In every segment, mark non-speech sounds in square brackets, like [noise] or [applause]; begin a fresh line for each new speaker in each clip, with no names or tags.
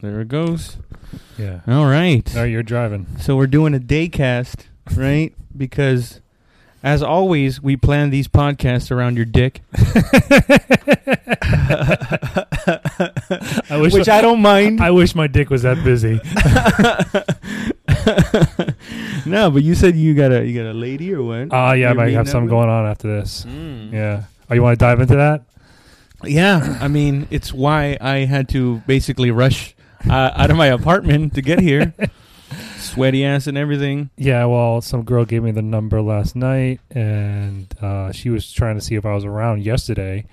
There it goes.
Yeah.
All right.
No, you're driving.
So we're doing a day cast, right?
[laughs]
because as always, we plan these podcasts around your dick.
[laughs] I wish
[laughs] which I don't mind.
I wish my dick was that busy.
[laughs] no, but you said you got a you got a lady or what?
Ah, yeah, I
You're
might
meeting
have
up
something
with-
going on after this.
Mm.
Yeah. Oh, you want to dive into that?
Yeah, I mean, it's why I had to basically rush uh, out of my apartment to get here. Sweaty ass and everything.
[laughs] Yeah. Well, some girl gave me the number last night, and uh, she was trying to see if I was around yesterday.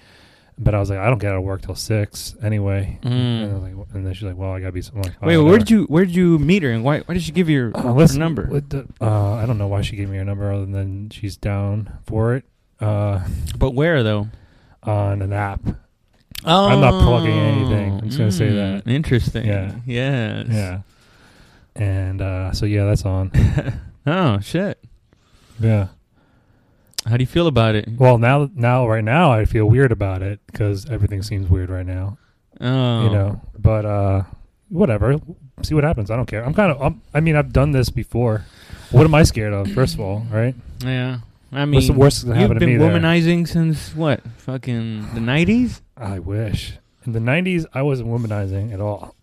But I was like, I don't get out of work till six anyway.
Mm.
And, I was like, and then she's like, Well, I gotta be. Somewhere.
Oh, Wait, where did you where did you meet her and why why did she give you her,
Uh,
her
listen,
number?
what the- uh, I don't know why she gave me her number other than she's down for it uh,
But where though?
on an app.
Oh,
I'm not plugging anything. I'm just gonna say that.
Mm, Interesting.
Yeah.
[laughs] Yes.
Yeah. And uh, so yeah, that's on. [laughs]
Oh shit.
yeah.
How do you feel about it?
Well, now, now, right now, I feel weird about it because everything seems weird right now.
Oh.
You know. But uh, whatever. See what happens. I don't care. I'm kind of. I'm, I mean, I've done this before. What am I scared of? First of all, right?
Yeah. I mean,
What's the worst that
you've
happened to
been
me there?
womanizing since what? Fucking the nineties?
I wish. In the '90s, I wasn't womanizing at all.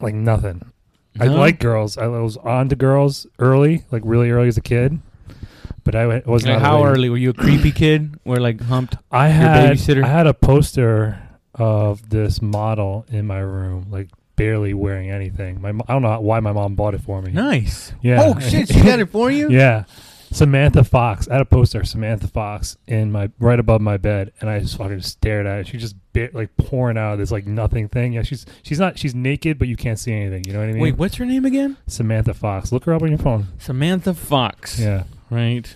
Like nothing. I like girls. I was on to girls early, like really early as a kid. But I wa- was
Like
not. a
how
lady.
early were you a creepy kid? Or like humped?
I had
babysitter?
I had a poster of this model in my room, like barely wearing anything. My mo- I don't know why my mom bought it for me.
Nice.
Yeah.
Oh shit, she got it for you.
[laughs] Yeah. Samantha Fox. I had a poster of Samantha Fox in my right above my bed, and I just fucking stared at it. She just bit like pouring out of this like nothing thing. Yeah, she's she's not she's naked, but you can't see anything. You know what I mean?
Wait, what's her name again?
Samantha Fox. Look her up on your phone.
Samantha Fox. [laughs]
Yeah.
Right.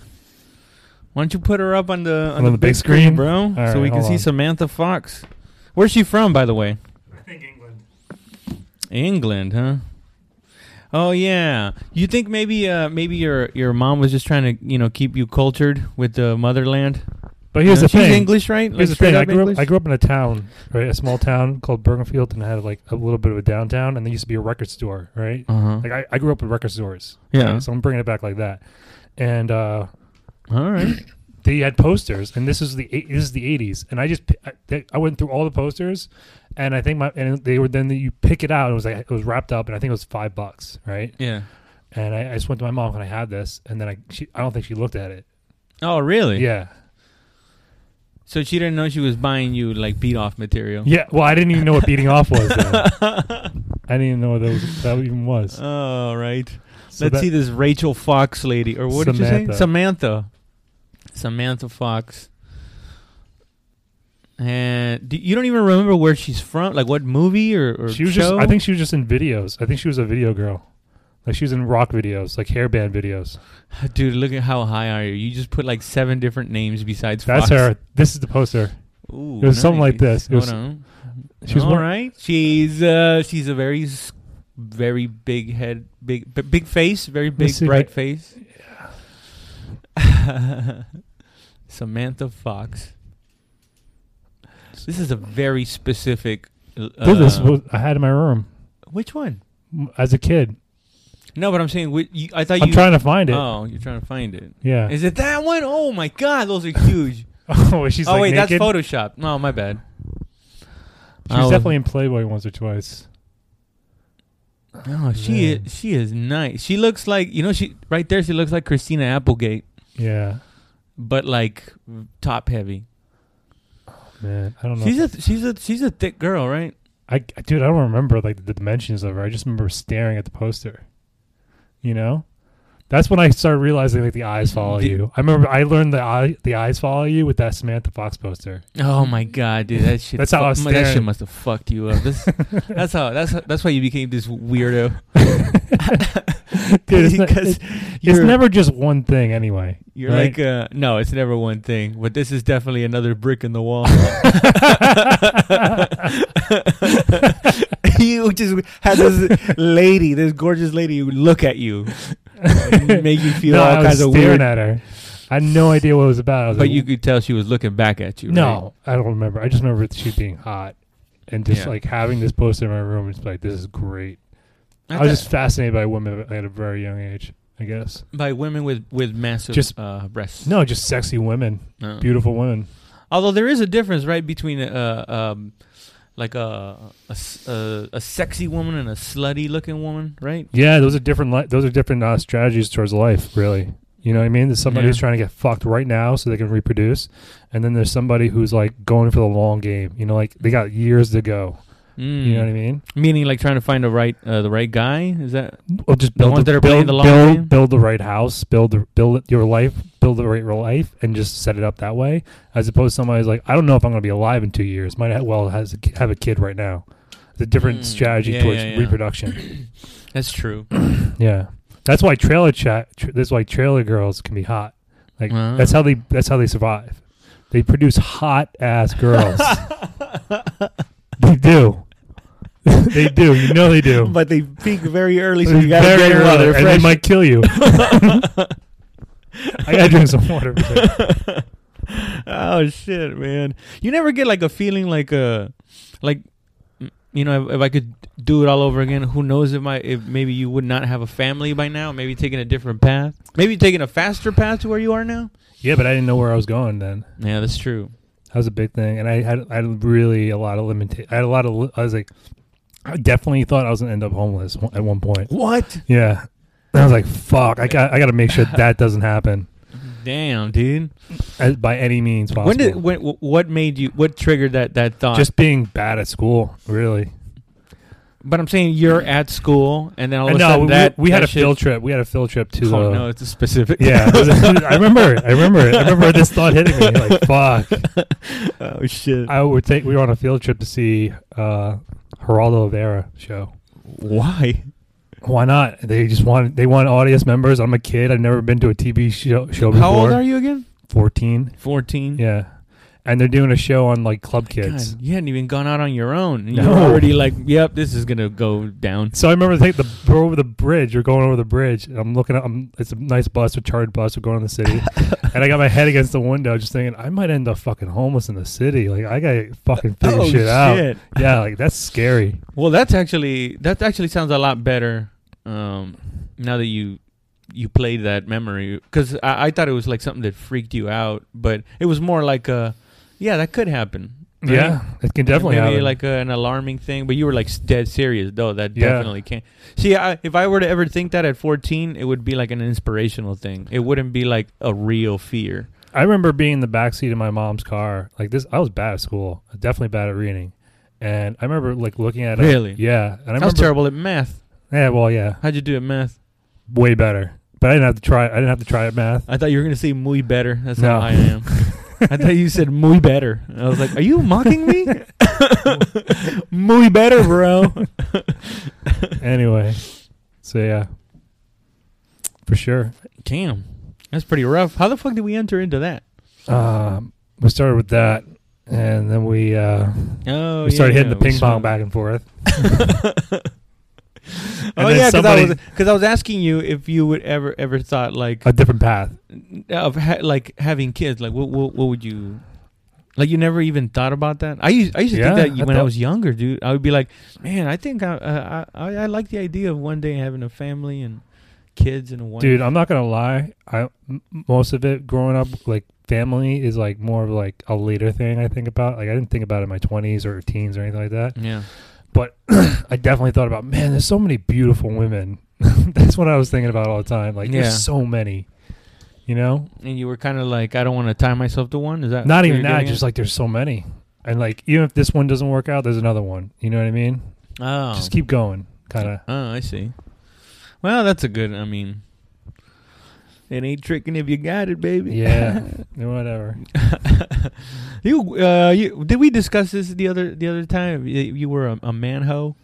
Why don't you put her up on the on,
On
the,
the
big,
big
screen,
screen?
bro? so
right,
we can
hold
see
on.
Samantha Fox. Where's she from, by the way?
I think England.
England, huh? Oh yeah. You think maybe uh maybe your your mom was just trying to you know keep you cultured with the motherland?
But
You
here's
know,
the
she's
thing.
English, right?
Here's the
straight
thing. I
up
grew, up,
English?
I grew up in a town, right, a small town called Bergenfield, and had like a little bit of a downtown, and there used to be a record store, right?
Uh-huh.
Like I, I grew up with record stores,
Yeah.
right? So I'm bringing it back like that, and uh,
All
[clears throat]
right.
they had posters, and this is the eight- this is the '80s, and I just pi- I, they, I went through all the posters, and I think my and they were then you pick it out, and it was like it was wrapped up, and I think it was five bucks, right?
yeah.
And I, I just went to my mom, and I had this, and then I she, I don't think she looked at it,
Oh really?
yeah.
So she didn't know she was buying you like beat off material.
Yeah, well, I didn't even know what beating off
[laughs]
was. Then. I didn't even know what that, was, that even was.
All right.
So
Let's
that-
see this Rachel Fox lady, or what did you
Samantha.
say? Samantha. Samantha Fox. And do, you don't even remember where she's from, like what movie or, or
She was
show?
just. I think she was just in videos. I think she was a video girl. Like she was in rock videos, like hair band videos.
Dude, look at how high are you? You just put like seven different names besides
That's
Fox.
her. This is the poster.
Ooh,
It was something like
nice.
this. It was-
Hold on.
She's
All
one-
right. She's uh, she's a very s- very big head, big b- big face, very
me
big
see if
bright
I-
face. [laughs] Samantha Fox. This is a very specific. Uh,
Dude, this was I had in my room
which one?
m- as a kid.
No, but I'm saying whi- you, I thought
I'm
you.
trying to find it.
oh, you're trying to find it.
yeah.
Is it that one? Oh my God, those are huge.
[laughs] oh, she's.
oh
like,
wait, that's
naked?
Photoshop. No, my bad.
She
Oh.
was definitely in Playboy once or twice.
No, Oh, she
Yeah.
is, she is nice. She looks like you know she right there. She looks like Christina Applegate,
Yeah,
but like top heavy.
man. I don't know.
She's a she's a she's a thick girl, right?
I dude, I don't remember like the dimensions of her. I just remember staring at the poster. You know, that's when I started realizing like the eyes follow
Did-
you. I remember I learned the eye, the eyes follow you with that Samantha Fox poster.
Oh my god, dude, that shit.
That's how I was
fuck- that shit
staring.
must have fucked you up.
[laughs]
This, that's how that's how- that's why you became this weirdo. [laughs]
Dude, it's, not-
Because
it's
you're-
never just one thing anyway.
You're
right?
like, uh, no, it's never one thing, but this is definitely another brick in the wall. [laughs] you just had this lady, this gorgeous lady, who look at you, and make
[laughs]
you feel
no,
all
I was
kinds of
staring
weird.
at her. I had no idea what it was about. I was
But
like,
you could tell she was looking back at you.
no, I don't remember. I just remember she being hot. and just
Yeah.
like having this poster in my room, it's like this is great. I,
thought-
was just fascinated by women at a very young age. I guess
by women with with massive
Just-
uh, breasts.
no, just sexy women,
No.
beautiful women.
Although there is a difference, right, between a, uh, um, like a a, s- a- a sexy woman and a slutty looking woman, right?
Yeah, those are different. Li- those are different uh, strategies towards life, really. You know what I mean? There's somebody
Yeah.
who's trying to get fucked right now so they can reproduce, and then there's somebody who's like going for the long game. You know, like they got years to go.
Mm.
You know what I mean?
Meaning, like trying to find the right uh, the right guy. Is that
Well, just
The
build
ones that are playing
build,
the long
build,
game?
build the right house, build the, build your life, build the right real life, and just set it up that way. As opposed to somebody's like, I don't know if I'm going to be alive in two years. Might ha- well has a, ki- have a kid right now. It's a different
Mm,
strategy
yeah,
towards
yeah, yeah.
reproduction.
that's true?
yeah, that's why trailer chat. Tr- that's why trailer girls can be hot. Like
Ah.
that's how they that's how they survive. They produce hot
[laughs]
ass girls. they do. [laughs] they do. You know they do.
but they peak very early,
It's very early, and they might kill
[laughs]
you. I gotta drink some water. for that.
[laughs] oh shit, man! You never get like a feeling like a like mm, you know if, if I could do it all over again, who knows if my if maybe you would not have a family by now, maybe taking a different path, maybe taking a faster path to where you are now.
Yeah, but I didn't know where I was going then.
Yeah, that's true.
That was a big thing, and I had I had really a lot of limita- I had a lot of. li- I was like, I definitely thought I was gonna end up homeless one- at one point.
What?
Yeah, and I was like, fuck, I got I got to make
[laughs]
sure that doesn't happen
Damn, dude.
as, by any means possible.
When uh, did when wh- what made you what triggered that that thought?
just being bad at school, really.
but I'm saying you're at school, and then all of
And
a
no,
sudden
we,
that
we had
that
a field
shit-
trip. We had a field trip to the.
Oh no, it's a specific.
Yeah, [laughs] it was- I remember. it. I remember. it. I remember this thought hitting
[laughs]
me like, fuck.
oh shit.
I would take. We were on a field trip to see uh Geraldo Rivera show.
[laughs] Why?
Why not? They just want they want audience members. I'm a kid. I've never been to a TV show show before.
How old are you again?
Fourteen.
Fourteen.
Yeah, and they're doing a show on like club kids.
you hadn't even gone out on your own. You're
No.
already like, yep, this is gonna go down.
So I remember they, the we're over the bridge. We're going over the bridge, and I'm looking. At, I'm, it's a nice bus, a chartered bus. We're going in the city,
[laughs]
and I got my head against the window, just thinking I might end up fucking homeless in the city. Like I gotta fucking figure
Oh,
shit, out. Yeah, like that's scary.
Well, that's actually that actually sounds a lot better. Um, now that you you played that memory, because I, I thought it was like something that freaked you out, but it was more like a, yeah, that could happen. right?
Yeah, it can definitely
maybe
happen.
like a, an alarming thing, but you were like s- dead serious though. That
Yeah.
definitely can't. See, I, if I were to ever think that at 14, it would be like an inspirational thing. It wouldn't be like a real fear.
I remember being in the backseat of my mom's car. Like this, I was bad at school. Definitely bad at reading. And I remember like looking at it.
Really?
Yeah. And I
I,
remember.
was terrible at math.
Yeah. Well, yeah.
How'd you do at math?
Way better. But I didn't have to try. I didn't have to try at math.
I thought you were gonna say muy better. That's
No.
how I
[laughs]
am. I thought you said muy better. I was like, are you mocking [laughs] me? muy better, [laughs] bro.
anyway. So yeah. For sure.
Damn, that's pretty rough. How the fuck did we enter into that?
Um, we started with that, and then we uh,
Oh,
we started
yeah,
hitting the
we
ping pong
swung. [laughs]
back and forth.
oh
then
yeah, because I
somebody- Uh,
was because I was asking you if you would ever ever thought like
A different path.
of ha- like having kids. Like what, what what would you like? You never even thought about that. I used I used to
Yeah,
think that
I
when I
thought-
was younger, dude. I would be like, man, I think I uh, I I- I like the idea of one day having a family and kids and a wife.
Dude, I'm not gonna lie. I m- most of it growing up, like family, is like more of like a later thing. I think about. Like I didn't think about it in my 20s or teens or anything like that.
yeah.
But I definitely thought about, man, there's so many beautiful women. [laughs] That's what I was thinking about all the time. Like
Yeah.
there's so many. You know,
And you were kind of like, I don't want to tie myself to one. Is that
not even that. Just like there's so many, and like even if this one doesn't work out, there's another one. You know what I mean?
oh.
Just keep going, kind of.
Oh, I see. Well, that's a good. I mean, it ain't tricking if you got it, baby.
Yeah, whatever.
[laughs] you, uh, you did we discuss this the other the other time? You, you were a, a man hoe.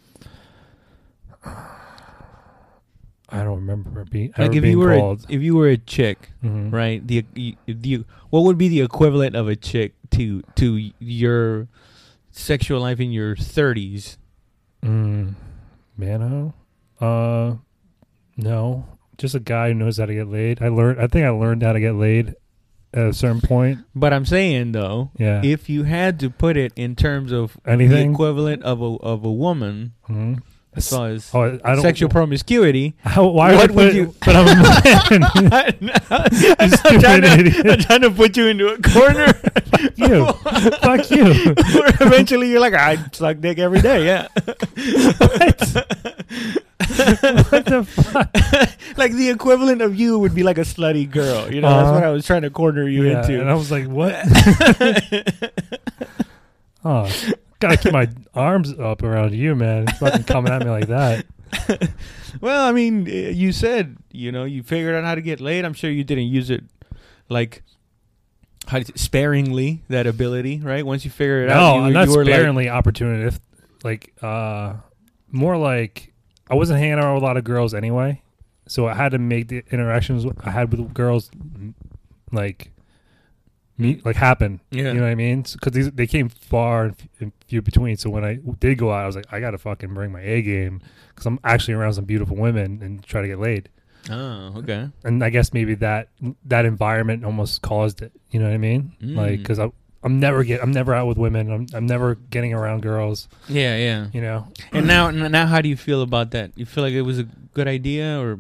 I don't remember being
Like
ever
if
being
you were a,
called.
if you were a chick,
Mhm.
right? The you, the what would be the equivalent of a chick to to your sexual life in your thirties?
Mm, Mano? Uh, no. Just a guy who knows how to get laid. I learned. I think I learned how to get laid at a certain point.
But I'm saying though,
Yeah.
if you had to put it in terms of the
Anything.
equivalent of a of a woman
Mhm.
as far as
Oh, I I don't.
sexual promiscuity,
How, why
What
would,
would
would
you-
you? [laughs] But I'm a man.
[laughs] I'm,
stupid
trying to,
idiot.
I'm trying to put you into a corner.
you. Fuck you.
Where [laughs] eventually you're like, I suck dick every day. Yeah.
what
[laughs]
the fuck?
like the equivalent of you would be like a slutty girl. You know, that's
Uh-huh.
what I was trying to corner you
Yeah, and I
into.
was like,
[laughs]
what? oh, gotta keep my arms up around you, man. It's fucking coming at me
[laughs]
like that.
Well, I mean, uh, you said you know you figured out how to get laid. I'm sure you didn't use it like how do you- sparingly that ability, right? Once you figure it out,
No,
you,
I'm not
you were like,
sparingly opportunistic. Like, uh, more like I wasn't hanging out with a lot of girls anyway, so I had to make the interactions I had with girls mm, like meet like happen.
Yeah.
You know what I mean? Because these they came far and f- and few between. So when I did go out, I was like, I gotta fucking bring my A game because I'm actually around some beautiful women and try to get laid.
oh, okay,
And I guess maybe that that environment almost caused it. You know what I mean?
Mm.
Like because I. I'm never get. I'm never out with women. I'm. I'm never getting around girls.
yeah, yeah.
You know.
And now, n- now, how do you feel about that? You feel like it was a good idea or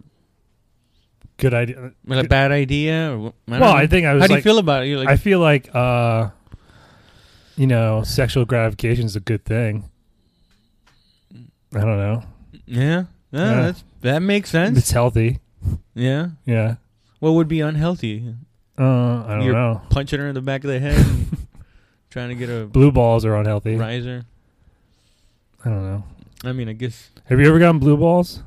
Good idea.
a bad idea? Or wh- I don't
well,
know.
I think I
how
was.
do
like,
you feel about it? You're like,
I feel like, uh, you know, sexual gratification is a good thing.
Mm.
I don't know.
yeah, no,
Yeah.
That's, that makes sense.
It's healthy.
yeah.
Yeah.
What would be unhealthy?
Uh, I don't
You're-
know.
Punching her in the back of the head, and [laughs] trying to get a
Blue balls are unhealthy.
riser.
I don't know.
I mean, I guess.
Have you ever gotten blue balls?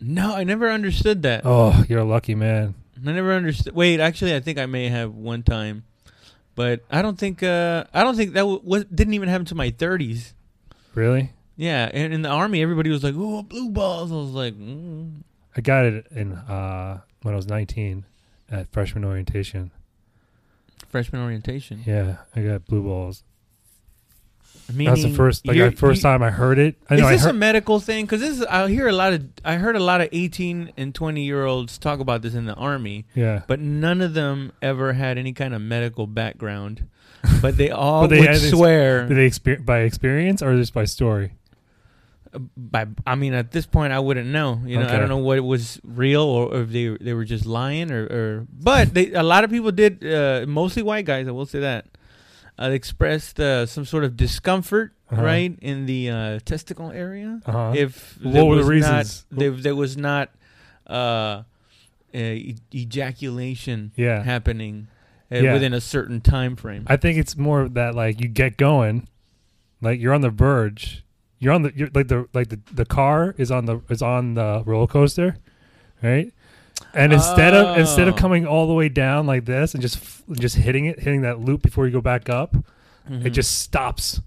No, I never understood that.
Oh, you're a lucky man.
I never understood. Wait, actually, I think I may have one time, but I don't think. Uh, I don't think that w- was, didn't even happen to my thirties.
Really?
Yeah, and in the army, everybody was like, "Oh, blue balls." I was like, mm.
I got it in uh, when I was 19 at freshman orientation.
"Freshman orientation."
Yeah, I got blue balls.
Meaning
That's the first like
you're-
the first
you-
time I heard it. I know
is
I
this
heard,
a medical thing? Because this is, I hear a lot of I heard a lot of eighteen and twenty year olds talk about this in the army,
yeah.
but none of them ever had any kind of medical
[laughs]
background. But they all
But they
would
had this-
swear
Do they exper- by experience or just by story?
by I mean at this point I wouldn't know. You know, I
Okay.
don't know what was real or if they they were just lying or, or but they a lot of people did uh, mostly white guys, I will say that. Uh, expressed uh, some sort of discomfort,
Uh-huh.
right, in the uh, testicle area.
Uh-huh.
If
What
there
were the
was
reasons?
Not, if there was not uh, e- ejaculation
yeah.
happening uh,
Yeah.
within a certain time frame.
I think it's more of that like you get going, like you're on the verge. You're on the you're, like the like the, the car is on the is on the roller coaster, right? And instead of instead of
Oh.
coming all the way down like this and just f- just hitting it, hitting that loop before you go back up, it
Mhm.
just stops.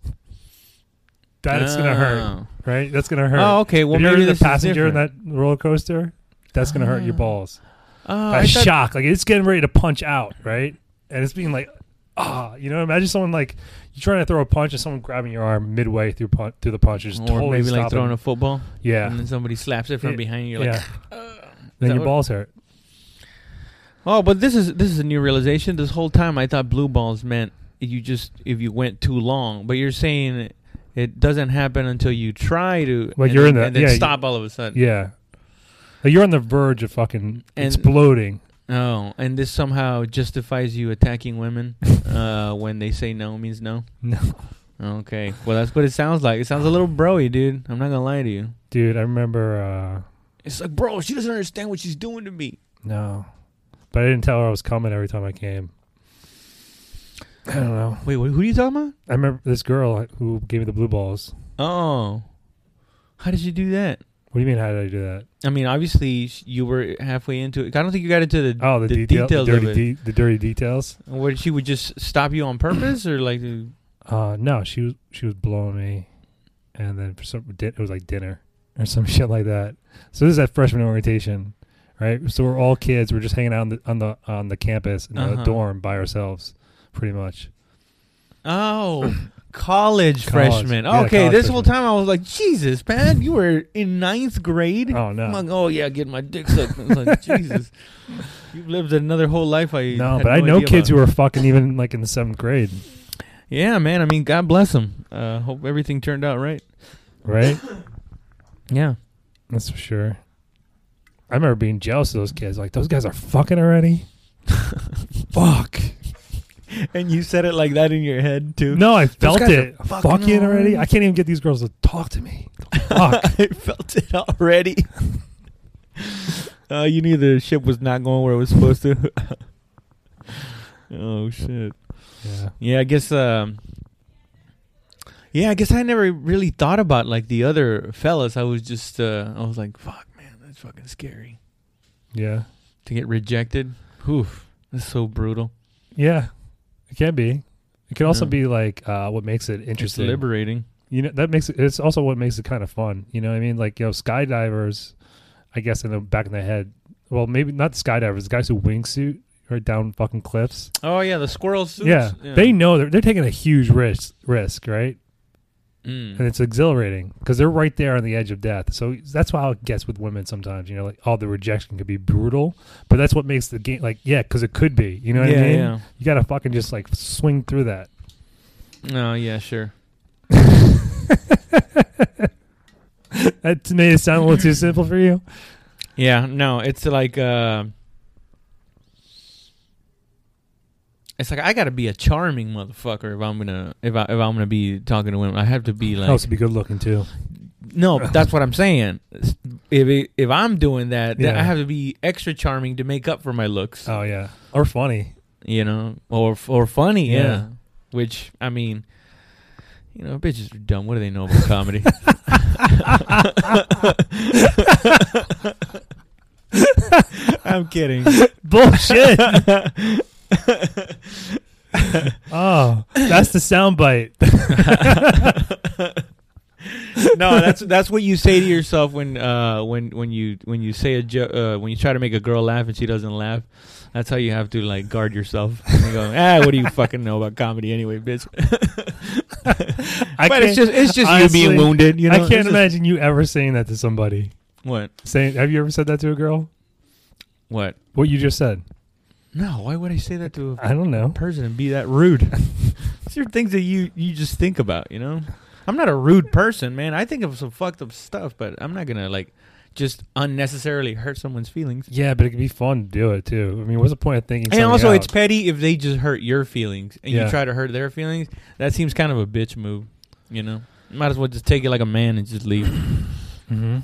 That's gonna hurt,
Oh.
right? That's gonna hurt.
Oh, okay. Well,
if
maybe
you're the
this is
passenger in
different.
that roller coaster, that's gonna hurt your
Ah.
balls.
Oh,
that
I thought-
shock. Like it's getting ready to punch out, right? And it's being like, ah, you know, imagine someone like you're trying to throw a punch and someone grabbing your arm midway through pun- through the punch, just
or
totally
maybe like
stopping.
throwing a football,
yeah,
and then somebody slaps it from
Yeah,
behind you. You're
yeah.
like,
then
that
your
what-
balls hurt.
oh, but this is this is a new realization. This whole time I thought blue balls meant you just if you went too long, but you're saying it doesn't happen until you try to.
Well,
and
you're
then,
in the-
and then
yeah, you-
stop all of a sudden.
Yeah, like you're on the verge of fucking
And-
exploding.
Oh, and this somehow justifies you attacking [laughs] women uh, when they say no means no.
No,
Okay, well that's what it sounds like. It sounds a little broy, dude. I'm not gonna lie to you.
dude, I remember. uh
It's like, bro, she doesn't understand what she's doing to me.
No, but I didn't tell her I was coming every time I came. I don't know.
Wait, wh- who are you talking about?
I remember this girl who gave me the blue balls.
Oh, how did you do that?
What do you mean? How did I do that?
I mean, obviously sh- you were halfway into it. I don't think you got into the,
Oh, the,
the
detail,
details
the dirty,
of it.
de- the dirty details.
Where she would just stop you on purpose, or like, the-
Uh, no, she was she was blowing me, and then for some di- it was like dinner or some [laughs] shit like that. So this is at freshman orientation, right? So we're all kids. We're just hanging out on the on the on the campus in
Uh-huh. [laughs]
the dorm by ourselves, pretty much.
oh, College,
College.
freshman.
Yeah,
okay,
college
this whole
freshman.
time I was like, Jesus, man, you were in ninth grade.
Oh, no.
I'm like, oh yeah, get my dick sucked. I was [laughs] like, Jesus, you've lived another whole life. I
No,
had
but I know
idea
kids
about.
who are fucking even like in the seventh grade,
Yeah, man. I mean, God bless them. Uh, hope everything turned out right.
right?
Yeah.
That's for sure. I remember being jealous of those kids. Like those guys are fucking
[laughs]
already. Fuck.
[laughs] And you said it like that in your head too. [laughs]
No, I felt
guys
it.
are fucking
Fucking, already.
already?
I can't even get these girls to talk to me. Fuck.
[laughs] I felt it [laughs] already. uh, you knew the ship was not going where it was supposed to. [laughs] oh shit.
yeah.
Yeah, I guess. Um, yeah, I guess I never really thought about like the other fellas. I was just, uh, I was like, fuck, man, that's fucking scary
Yeah.
to get rejected. Oof, that's so brutal.
Yeah. It can be. It can also
Yeah.
be like uh, what makes it
It's
interesting.
liberating.
you know that makes it it's also what makes it kind of fun you know what i mean like you know skydivers i guess in the back of the head well maybe not skydivers guys who wingsuit or down fucking cliffs
Oh yeah, the squirrel suits.
yeah, they know they're, they're taking a huge risk risk right and
Mm.
it's exhilarating because they're right there on the edge of death so that's how it gets with women sometimes you know like oh the rejection could be brutal but that's what makes the game like yeah because it could be you know what
yeah,
i mean
yeah.
you gotta fucking just like swing through that
No, yeah, sure.
that to me it sound a little too simple for you
Yeah, no, it's like uh It's like I gotta be a charming motherfucker if I'm gonna if I if I'm gonna be talking to women. I have to be like
also be good looking too
No, that's what I'm saying. If it, if I'm doing that, then
Yeah.
I have to be extra charming to make up for my looks.
Oh yeah, or funny.
You know? Or or funny, yeah.
Yeah.
Which I mean you know, bitches are dumb. What do they know about comedy? [laughs] I'm kidding. [laughs]
Bullshit. [laughs] oh, that's the soundbite.
no, that's that's what you say to yourself when uh, when when you when you say a jo- uh, when you try to make a girl laugh and she doesn't laugh. That's how you have to like guard yourself. You go, ah, what do you fucking know about comedy anyway, bitch?
[laughs] I
but it's
can't-
just it's just you
honestly,
being wounded. You know,
I
It's
can't
just-
imagine you ever saying that to somebody.
what
Saying, have you ever said that to a girl?
what.
What you just said?
No, why would I say that to
I don't know.
a person and be that rude? [laughs] These are things that you you just think about. You know, I'm not a rude person, man. I think of some fucked up stuff, but I'm not gonna like just unnecessarily hurt someone's feelings.
Yeah, but it could be fun to do it too. I mean, what's the point of thinking?
And
something
also,
out?
it's petty if they just hurt your feelings and
Yeah.
you try to hurt their feelings. That seems kind of a bitch move, you know. Might as well just take it like a man and just leave.
Mhm.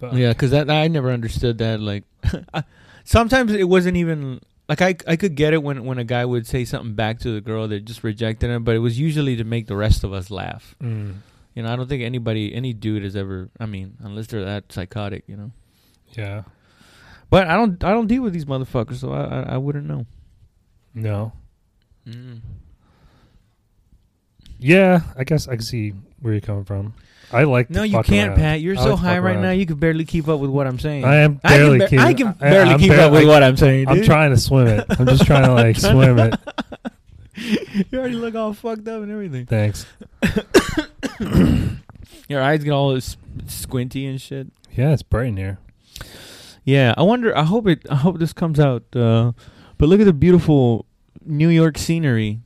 But-
yeah, because that I never understood that. Like, [laughs] I- sometimes it wasn't even like I I could get it when when a guy would say something back to the girl that just rejected him, but it was usually to make the rest of us laugh.
Mm.
You know, I don't think anybody any dude has ever. I mean, unless they're that psychotic, you know.
Yeah.
But I don't I don't deal with these motherfuckers, so I I, I wouldn't know.
No. Mm. Yeah, I guess I can see where you're coming from. I like.
No,
to
you
fuck
can't,
around.
Pat. You're so
I like to
high
fuck
right
around.
now, you can barely keep up with what I'm saying.
I am
I can
barely
ba-
keeping.
I can barely
I'm
keep
barely-
up with
I-
what I'm saying.
I'm
dude.
trying to swim it. I'm just [laughs] trying to like swim it.
[laughs] You already look all fucked up and everything.
Thanks.
[coughs] Your eyes get all s- squinty and shit.
Yeah, it's bright in here.
Yeah, I wonder. I hope it. I hope this comes out. Uh, but look at the beautiful New York scenery,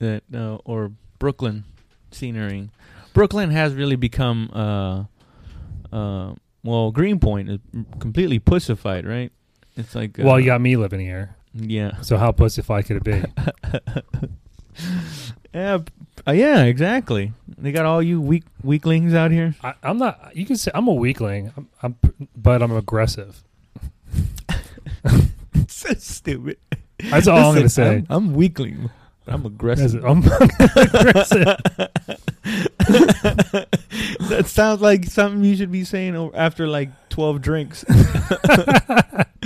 that uh, or Brooklyn scenery. Brooklyn has really become. Uh, uh, well, Greenpoint is completely pussified, right? It's like. Uh,
Well, you got me living here.
Yeah.
So how pussified could it [laughs] be?
Yeah, p- uh, yeah, exactly. They got all you weak weaklings out here.
I, I'm not. You can say I'm a weakling. I'm, I'm p- but I'm aggressive.
[laughs] so stupid.
That's all I'm gonna say.
I'm, I'm weakling. I'm
That's
aggressive.
it. I'm aggressive.
[laughs] that sounds like something you should be saying o- after like twelve drinks. [laughs]
[laughs]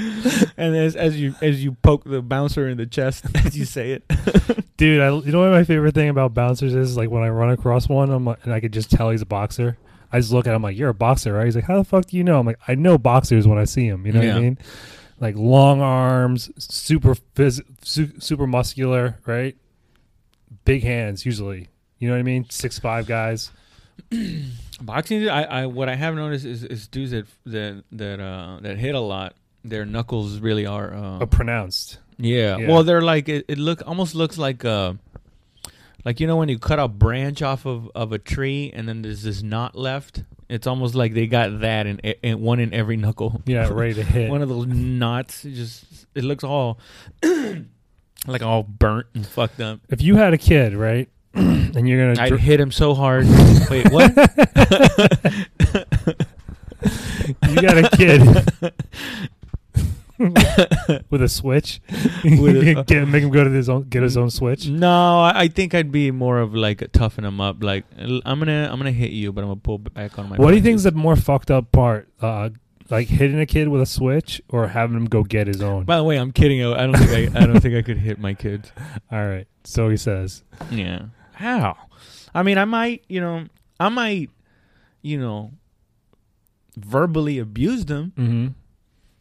and as as you as you poke the bouncer in the chest [laughs] as you say it.
Dude, I, you know what my favorite thing about bouncers is? Like when I run across one, I'm like, and I could just tell he's a boxer. I just look at him like, "You're a boxer, right?" He's like, "How the fuck do you know?" I'm like, "I know boxers when I see him." You know what
Yeah.
I mean? Like long arms, super phys- su- super muscular, right? big hands usually. You know what I mean? Six five guys.
Boxing, I, I what I have noticed is, is dudes that that that uh, that hit a lot. Their knuckles really are. Uh,
Are pronounced.
yeah.
yeah.
Well, they're like it, it. look almost looks like uh, like you know when you cut a branch off of, of a tree and then there's this knot left. It's almost like they got that and and one in every knuckle. [laughs]
Yeah, ready to hit.
one of those knots. It just it looks all [clears throat] like all burnt and fucked up.
if you had a kid, right, [clears throat] and you're gonna
I'd
dr-
hit him so
[laughs]
hard. Wait, what?
you got
[laughs]
a kid [laughs] with a switch, [laughs]
With a- Mm-hmm.
get, make him go to his own, get his own switch.
No, I I think I'd be more of like a toughen him up. Like l- I'm gonna, I'm gonna hit you, but I'm gonna pull back on my.
What do
punches.
you think is the more fucked up part, uh, like hitting a kid with a switch or having him go get his own?
By the way, I'm kidding. I I don't think I, I don't think I could hit my kids.
All right, so he says.
Yeah. How? I mean, I might, you know, I might, you know, verbally abuse them
Mm-hmm.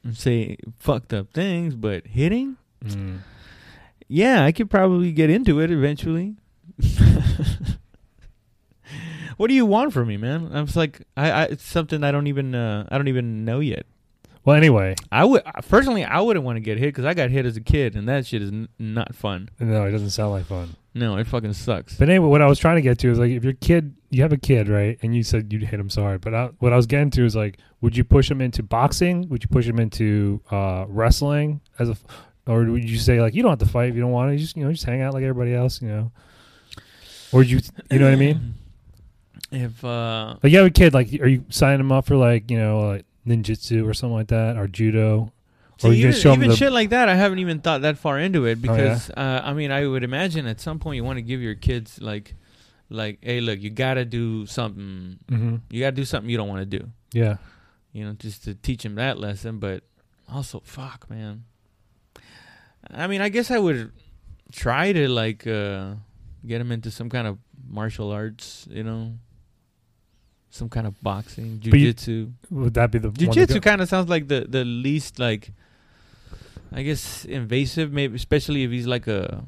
and say fucked up things, but hitting,
Mm.
yeah, I could probably get into it eventually. [laughs] what do you want from me, man? I'm just like, I, I it's something I don't even, uh, I don't even know yet.
Well, anyway,
I would personally, I wouldn't want to get hit because I got hit as a kid, and that shit is n- not fun.
no, it doesn't sound like fun.
No, it fucking sucks.
But anyway, what I was trying to get to is like if your kid, you have a kid, right? And you said you'd hit him so hard. But I, what I was getting to is like, would you push him into boxing? Would you push him into uh, wrestling as a, f- or would you say like you don't have to fight if you don't want to? You just you know just hang out like everybody else, you know? Or you you know what I mean?
If uh,
Like you have a kid, like are you signing him up for like you know like ninjutsu or something like that or judo?
see,
or you
even,
just show him
even
the
shit like that, I haven't even thought that far into it
Oh, yeah?
because uh, I mean, I would imagine at some point you want to give your kids like, like, hey, look, you gotta do something.
hmm
You gotta do something you don't want to do.
yeah.
You know, just to teach him that lesson. But also, fuck, man. I mean, I guess I would try to like uh, get him into some kind of martial arts, you know, some kind of boxing,
But you-
jujitsu.
Would that be the one to
Jujitsu
go-
kind of sounds like the the least like, I guess invasive, maybe especially if he's like a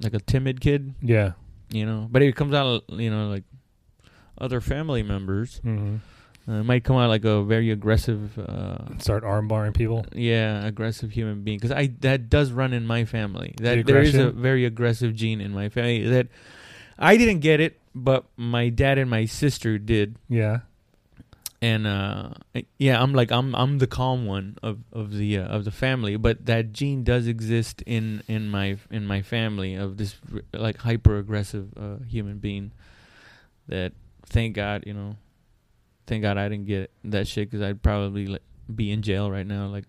like a timid kid,
Yeah.
you know. But if it comes out, you know, like other family members,
hmm
uh, it might come out like a very aggressive. Uh,
Start armbarring people.
yeah, aggressive human being. Because I that does run in my family.
The
That there is a
aggression?
very aggressive gene in my family that I didn't get it, but my dad and my sister did.
Yeah.
And uh, yeah, I'm like I'm I'm the calm one of of the uh, of the family, but that gene does exist in in my in my family of this r- like hyper aggressive uh, human being. That thank God, you know, thank God I didn't get that shit because I'd probably like, be in jail right now, like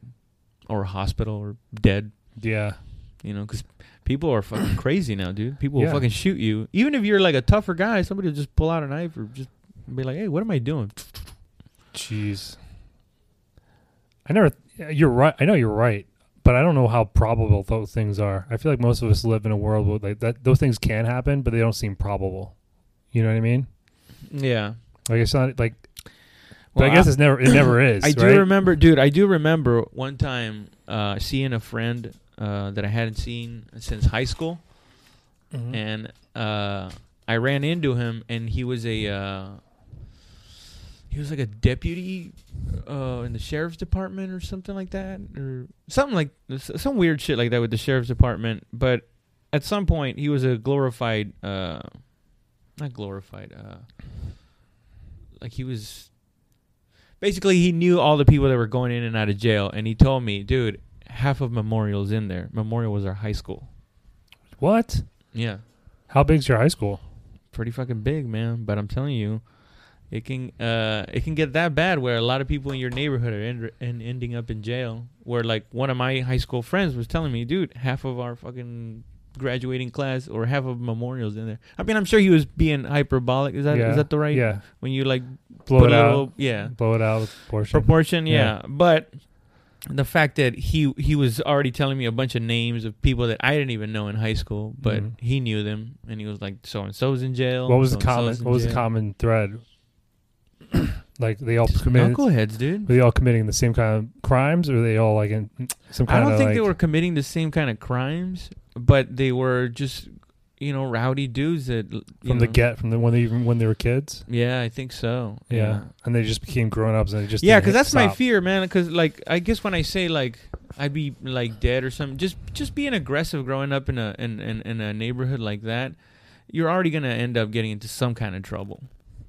or a hospital or dead,
Yeah.
you know, because people are fucking crazy now, dude. People
Yeah.
will fucking shoot you, even if you're like a tougher guy. Somebody will just pull out a knife or just be like, "Hey, what am I doing?"
Jeez. I never. You're right. I know you're right, but I don't know how probable those things are. I feel like most of us live in a world where like that those things can happen, but they don't seem probable. You know what I mean?
Yeah.
Like it's not like.
Well,
but I guess it's never. It
[coughs]
never is.
I do
right?
remember, dude. I do remember one time uh, seeing a friend uh, that I hadn't seen since high school,
Mhm.
and uh, I ran into him, and he was a uh, he was like a deputy uh, in the sheriff's department or something like that, or something like s- some weird shit like that with the sheriff's department. But at some point, he was a glorified, uh, not glorified, uh, like he was basically he knew all the people that were going in and out of jail and he told me dude half of memorial's in there memorial was our high school
What?
yeah
How big's your high school?
pretty fucking big man but i'm telling you it can uh it can get that bad where a lot of people in your neighborhood are end- and ending up in jail where like one of my high school friends was telling me dude half of our fucking graduating class or half of memorials in there i mean i'm sure he was being hyperbolic is that is
Yeah.
that the right
Yeah.
when you like
Blow
put
it
a
out.
little- yeah
Blow it out. with Portion.
proportion yeah.
Yeah.
but the fact that he he was already telling me a bunch of names of people that I didn't even know in high school, but
Mhm.
he knew them, and he was like, "So and so's in jail."
What was the common?
so-and-so's in
What was the
jail."
common thread? [clears throat] like they all committed.
Knuckleheads, dude.
Were they all committing the same kind of crimes, or were they all like in some
I
kind of?
don't think they
like-
were committing the same kind of crimes, but they were just you know, rowdy dudes that you
from
know,
the get from the when they even when they were kids.
Yeah, I think so.
Yeah, and they just became grown ups and they just
yeah
didn't
because
hit
that's my
stop.
fear man because like i guess when i say like i'd be like dead or something just just being aggressive growing up in a in, in, in a neighborhood like that you're already gonna end up getting into some kind of trouble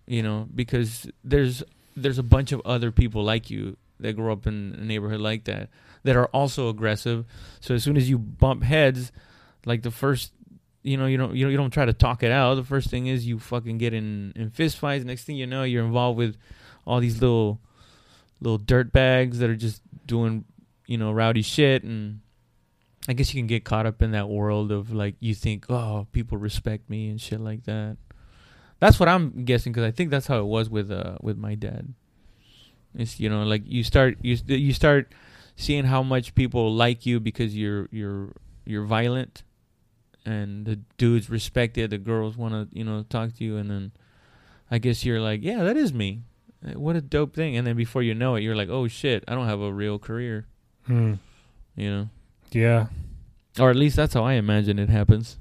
you know because there's there's a bunch of other people like you that grow up in a neighborhood like that that are also aggressive so as soon as you bump heads like the first you know you don't you, know, you don't try to talk it out the first thing is you fucking get in in fist fights next thing you know you're involved with all these little little dirt bags that are just doing you know rowdy shit and i guess you can get caught up in that world of like you think oh people respect me and shit like that that's what i'm guessing because i think that's how it was with uh with my dad it's you know like you start you s- you start seeing how much people like you because you're you're you're violent and the dudes respect it the girls want to you know talk to you and then i guess you're like yeah that is me uh, what a dope thing and then before you know it you're like oh shit i don't have a real career
Hmm.
you know
Yeah,
or at least that's how i imagine it happens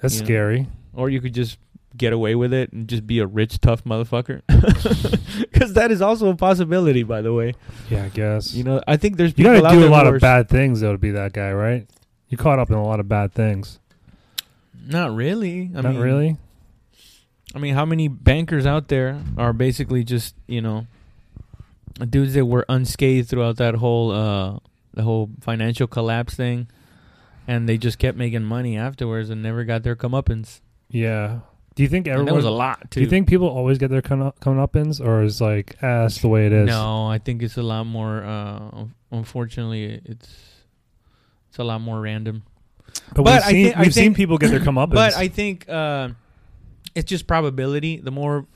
that's
Yeah.
scary.
or you could just get away with it and just be a rich tough motherfucker [laughs] because that is also a possibility by the way
Yeah, I guess
you know i think there's
You
people
got
out
to do
there
a lot
who
of
are s-
bad things though to be that guy, right? You caught up in a lot of bad things.
not really i
Not
mean
really.
i mean how many bankers out there are basically just you know dudes that were unscathed throughout that whole uh the whole financial collapse thing and they just kept making money afterwards and never got their comeuppance
Yeah. Do you think
And
everyone?
there was a lot too.
do you think people always get their come up, comeuppance, or is like ah, that's the way it is?
No, I think it's a lot more. Uh, un- unfortunately, it's it's a lot more random.
but,
But
we've,
I
seen,
think- I
we've seen
think-
people
[coughs]
get their comeuppance.
[clears throat] But I think uh, it's just probability. The more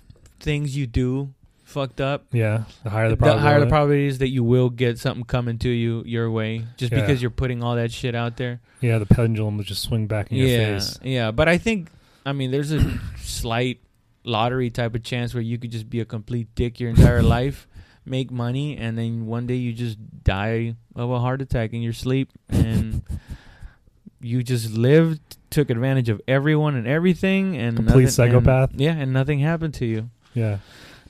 things you do fucked up,
yeah, the higher the
the, higher the
probability.
probability is that you will get something coming to you your way, just
Yeah.
because you're putting all that shit out there.
yeah, the pendulum will just swing back in your
yeah,
face.
yeah. But I think, I mean, there's a [coughs] slight lottery type of chance where you could just be a complete dick your
[laughs]
entire life, make money, and then one day you just die of a heart attack in your sleep, and
[laughs]
you just lived, took advantage of everyone and everything, and
Complete
nothing- and-
psychopath.
yeah, and nothing happened to you. [clears throat]
Yeah.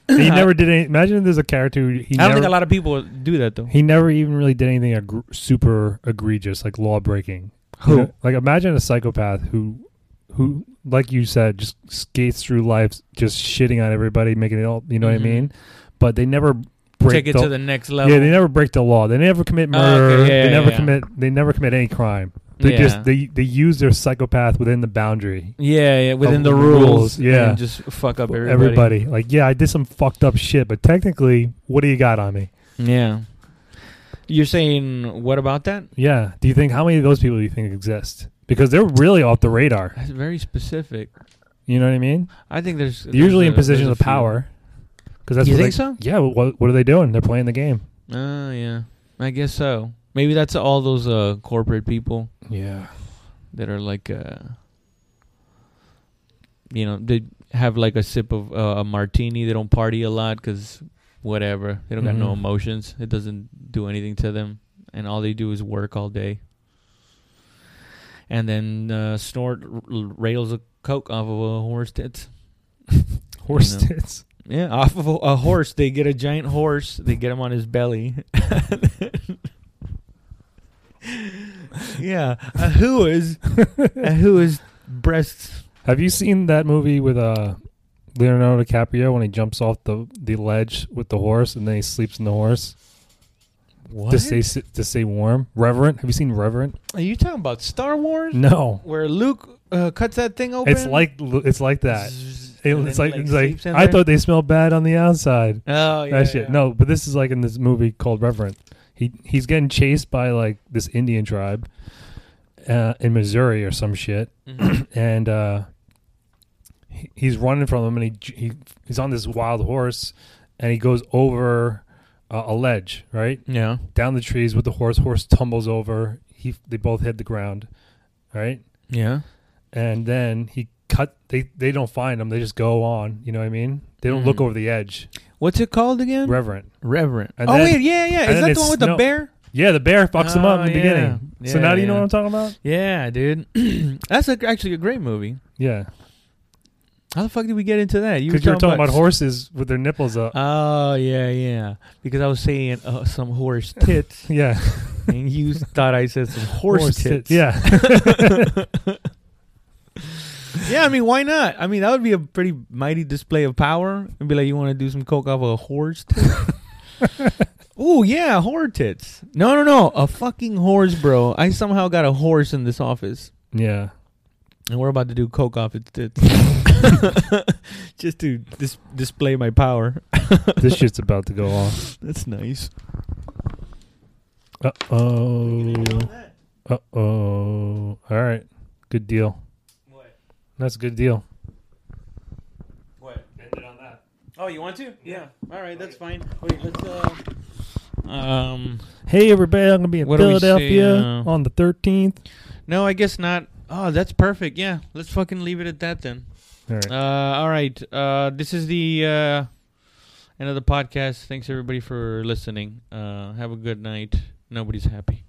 And he never did any. Imagine there's a character who he
I don't
never,
think a lot of people do that though.
he never even really did anything egr super egregious, like law breaking. You know, Like imagine a psychopath who, who like you said, just skates through life, just shitting on everybody, making it all. You know
Mhm.
what I mean? But they never break
Take it
the,
to the next level.
Yeah, they never break the law. They never commit
Oh, okay.
murder.
Yeah,
they
yeah,
never
yeah.
commit. They never commit any crime. They
Yeah.
just they they use their psychopath within the boundary.
yeah, yeah, within
Of
the
the
rules,
rules, yeah.
and just fuck up everybody.
Everybody, like, yeah, I did some fucked up shit, but technically, what do you got on me?
Yeah. You're saying what about that?
Yeah. Do you think how many of those people do you think exist? Because they're really off the radar.
That's very specific.
You know what I mean?
I think there's
They're usually
there's
in
a-
positions
there's
of
a few.
power. Because that's
You
what
think
they,
so?
Yeah. wh- What, what are they doing? They're playing the game.
Oh yeah, I guess so. Maybe that's all those uh, corporate people
Yeah.
that are like, uh, you know, they have like a sip of uh, a martini. They don't party a lot because whatever. They don't got no
Mhm.
emotions. It doesn't do anything to them, and all they do is work all day. And then uh, snort r- rails of coke off of a horse tits.
Horse
You know.
tits.
Yeah, off of a, a horse. They get a giant horse. They get him on his belly. [laughs] yeah, a who is
[laughs]
a who is breasts.
Have you seen that movie with uh, Leonardo DiCaprio when he jumps off the, the ledge with the horse and then he sleeps in the horse
What
to stay si- to stay warm? Reverent. Have you seen Reverent?
are you talking about? Star Wars,
No.
where Luke uh, cuts that thing open.
It's like it's like that.
Zzz,
It-
and
it's
then
like,
he,
it's like
sleeps in
I
there?
thought they smelled bad on the outside.
Oh yeah,
that shit.
yeah.
No, but this is like in this movie called Reverend. He he's getting chased by like this Indian tribe uh, in Missouri or some shit,
Mhm.
[clears throat] and uh, he, he's running from them, and he, j- he he's on this wild horse, and he goes over uh, a ledge, right
yeah.
down the trees with the horse. Horse tumbles over. He they both hit the ground, right,
Yeah.
and then he cut. They they don't find him. They just go on. You know what I mean? They don't look
Mhm.
over the edge.
What's it called again?
Reverend.
Reverend.
And
oh
then-
wait, yeah, yeah.
and
Is
then
that
it's
the one with the
snow-
bear?
Yeah, the bear fucks him up in the
Oh, yeah.
beginning. so
Yeah,
now do you know
yeah.
what I'm talking about?
Yeah, dude. [clears throat] That's a, actually a great movie.
Yeah,
How the fuck did we get into that?
because you were talking about horses with their
[laughs]
nipples up.
Oh yeah, yeah. Because I was saying uh, some horse
[laughs]
tits,
yeah,
and you thought I said some horse, tits. [laughs]
Yeah,
yeah. I mean, why not? I mean, that would be a pretty mighty display of power. And be like, you want to do some coke off a horse? Tit? [laughs] Ooh, yeah, horse tits. No, no, no, a fucking horse, bro. I somehow got a horse in this office,
yeah.
and we're about to do coke off its [laughs] tits, just to dis- display my power.
This shit's about to go off.
That's nice.
Uh oh. Uh oh. All right. Good deal.
What?
That's a good deal.
What?
Ended on that.
Oh, you want to? Yeah. All right, that's
Okay.
fine. Wait, let's uh. Um.
Hey everybody, I'm gonna be in
What do we say,
Philadelphia
uh,
on the 13th.
No, I guess not. Oh, that's perfect. Yeah, let's fucking leave it at that then.
All right.
Uh, all right. Uh, this is the uh, end of the podcast. Thanks everybody for listening. Uh, have a good night. Nobody's happy.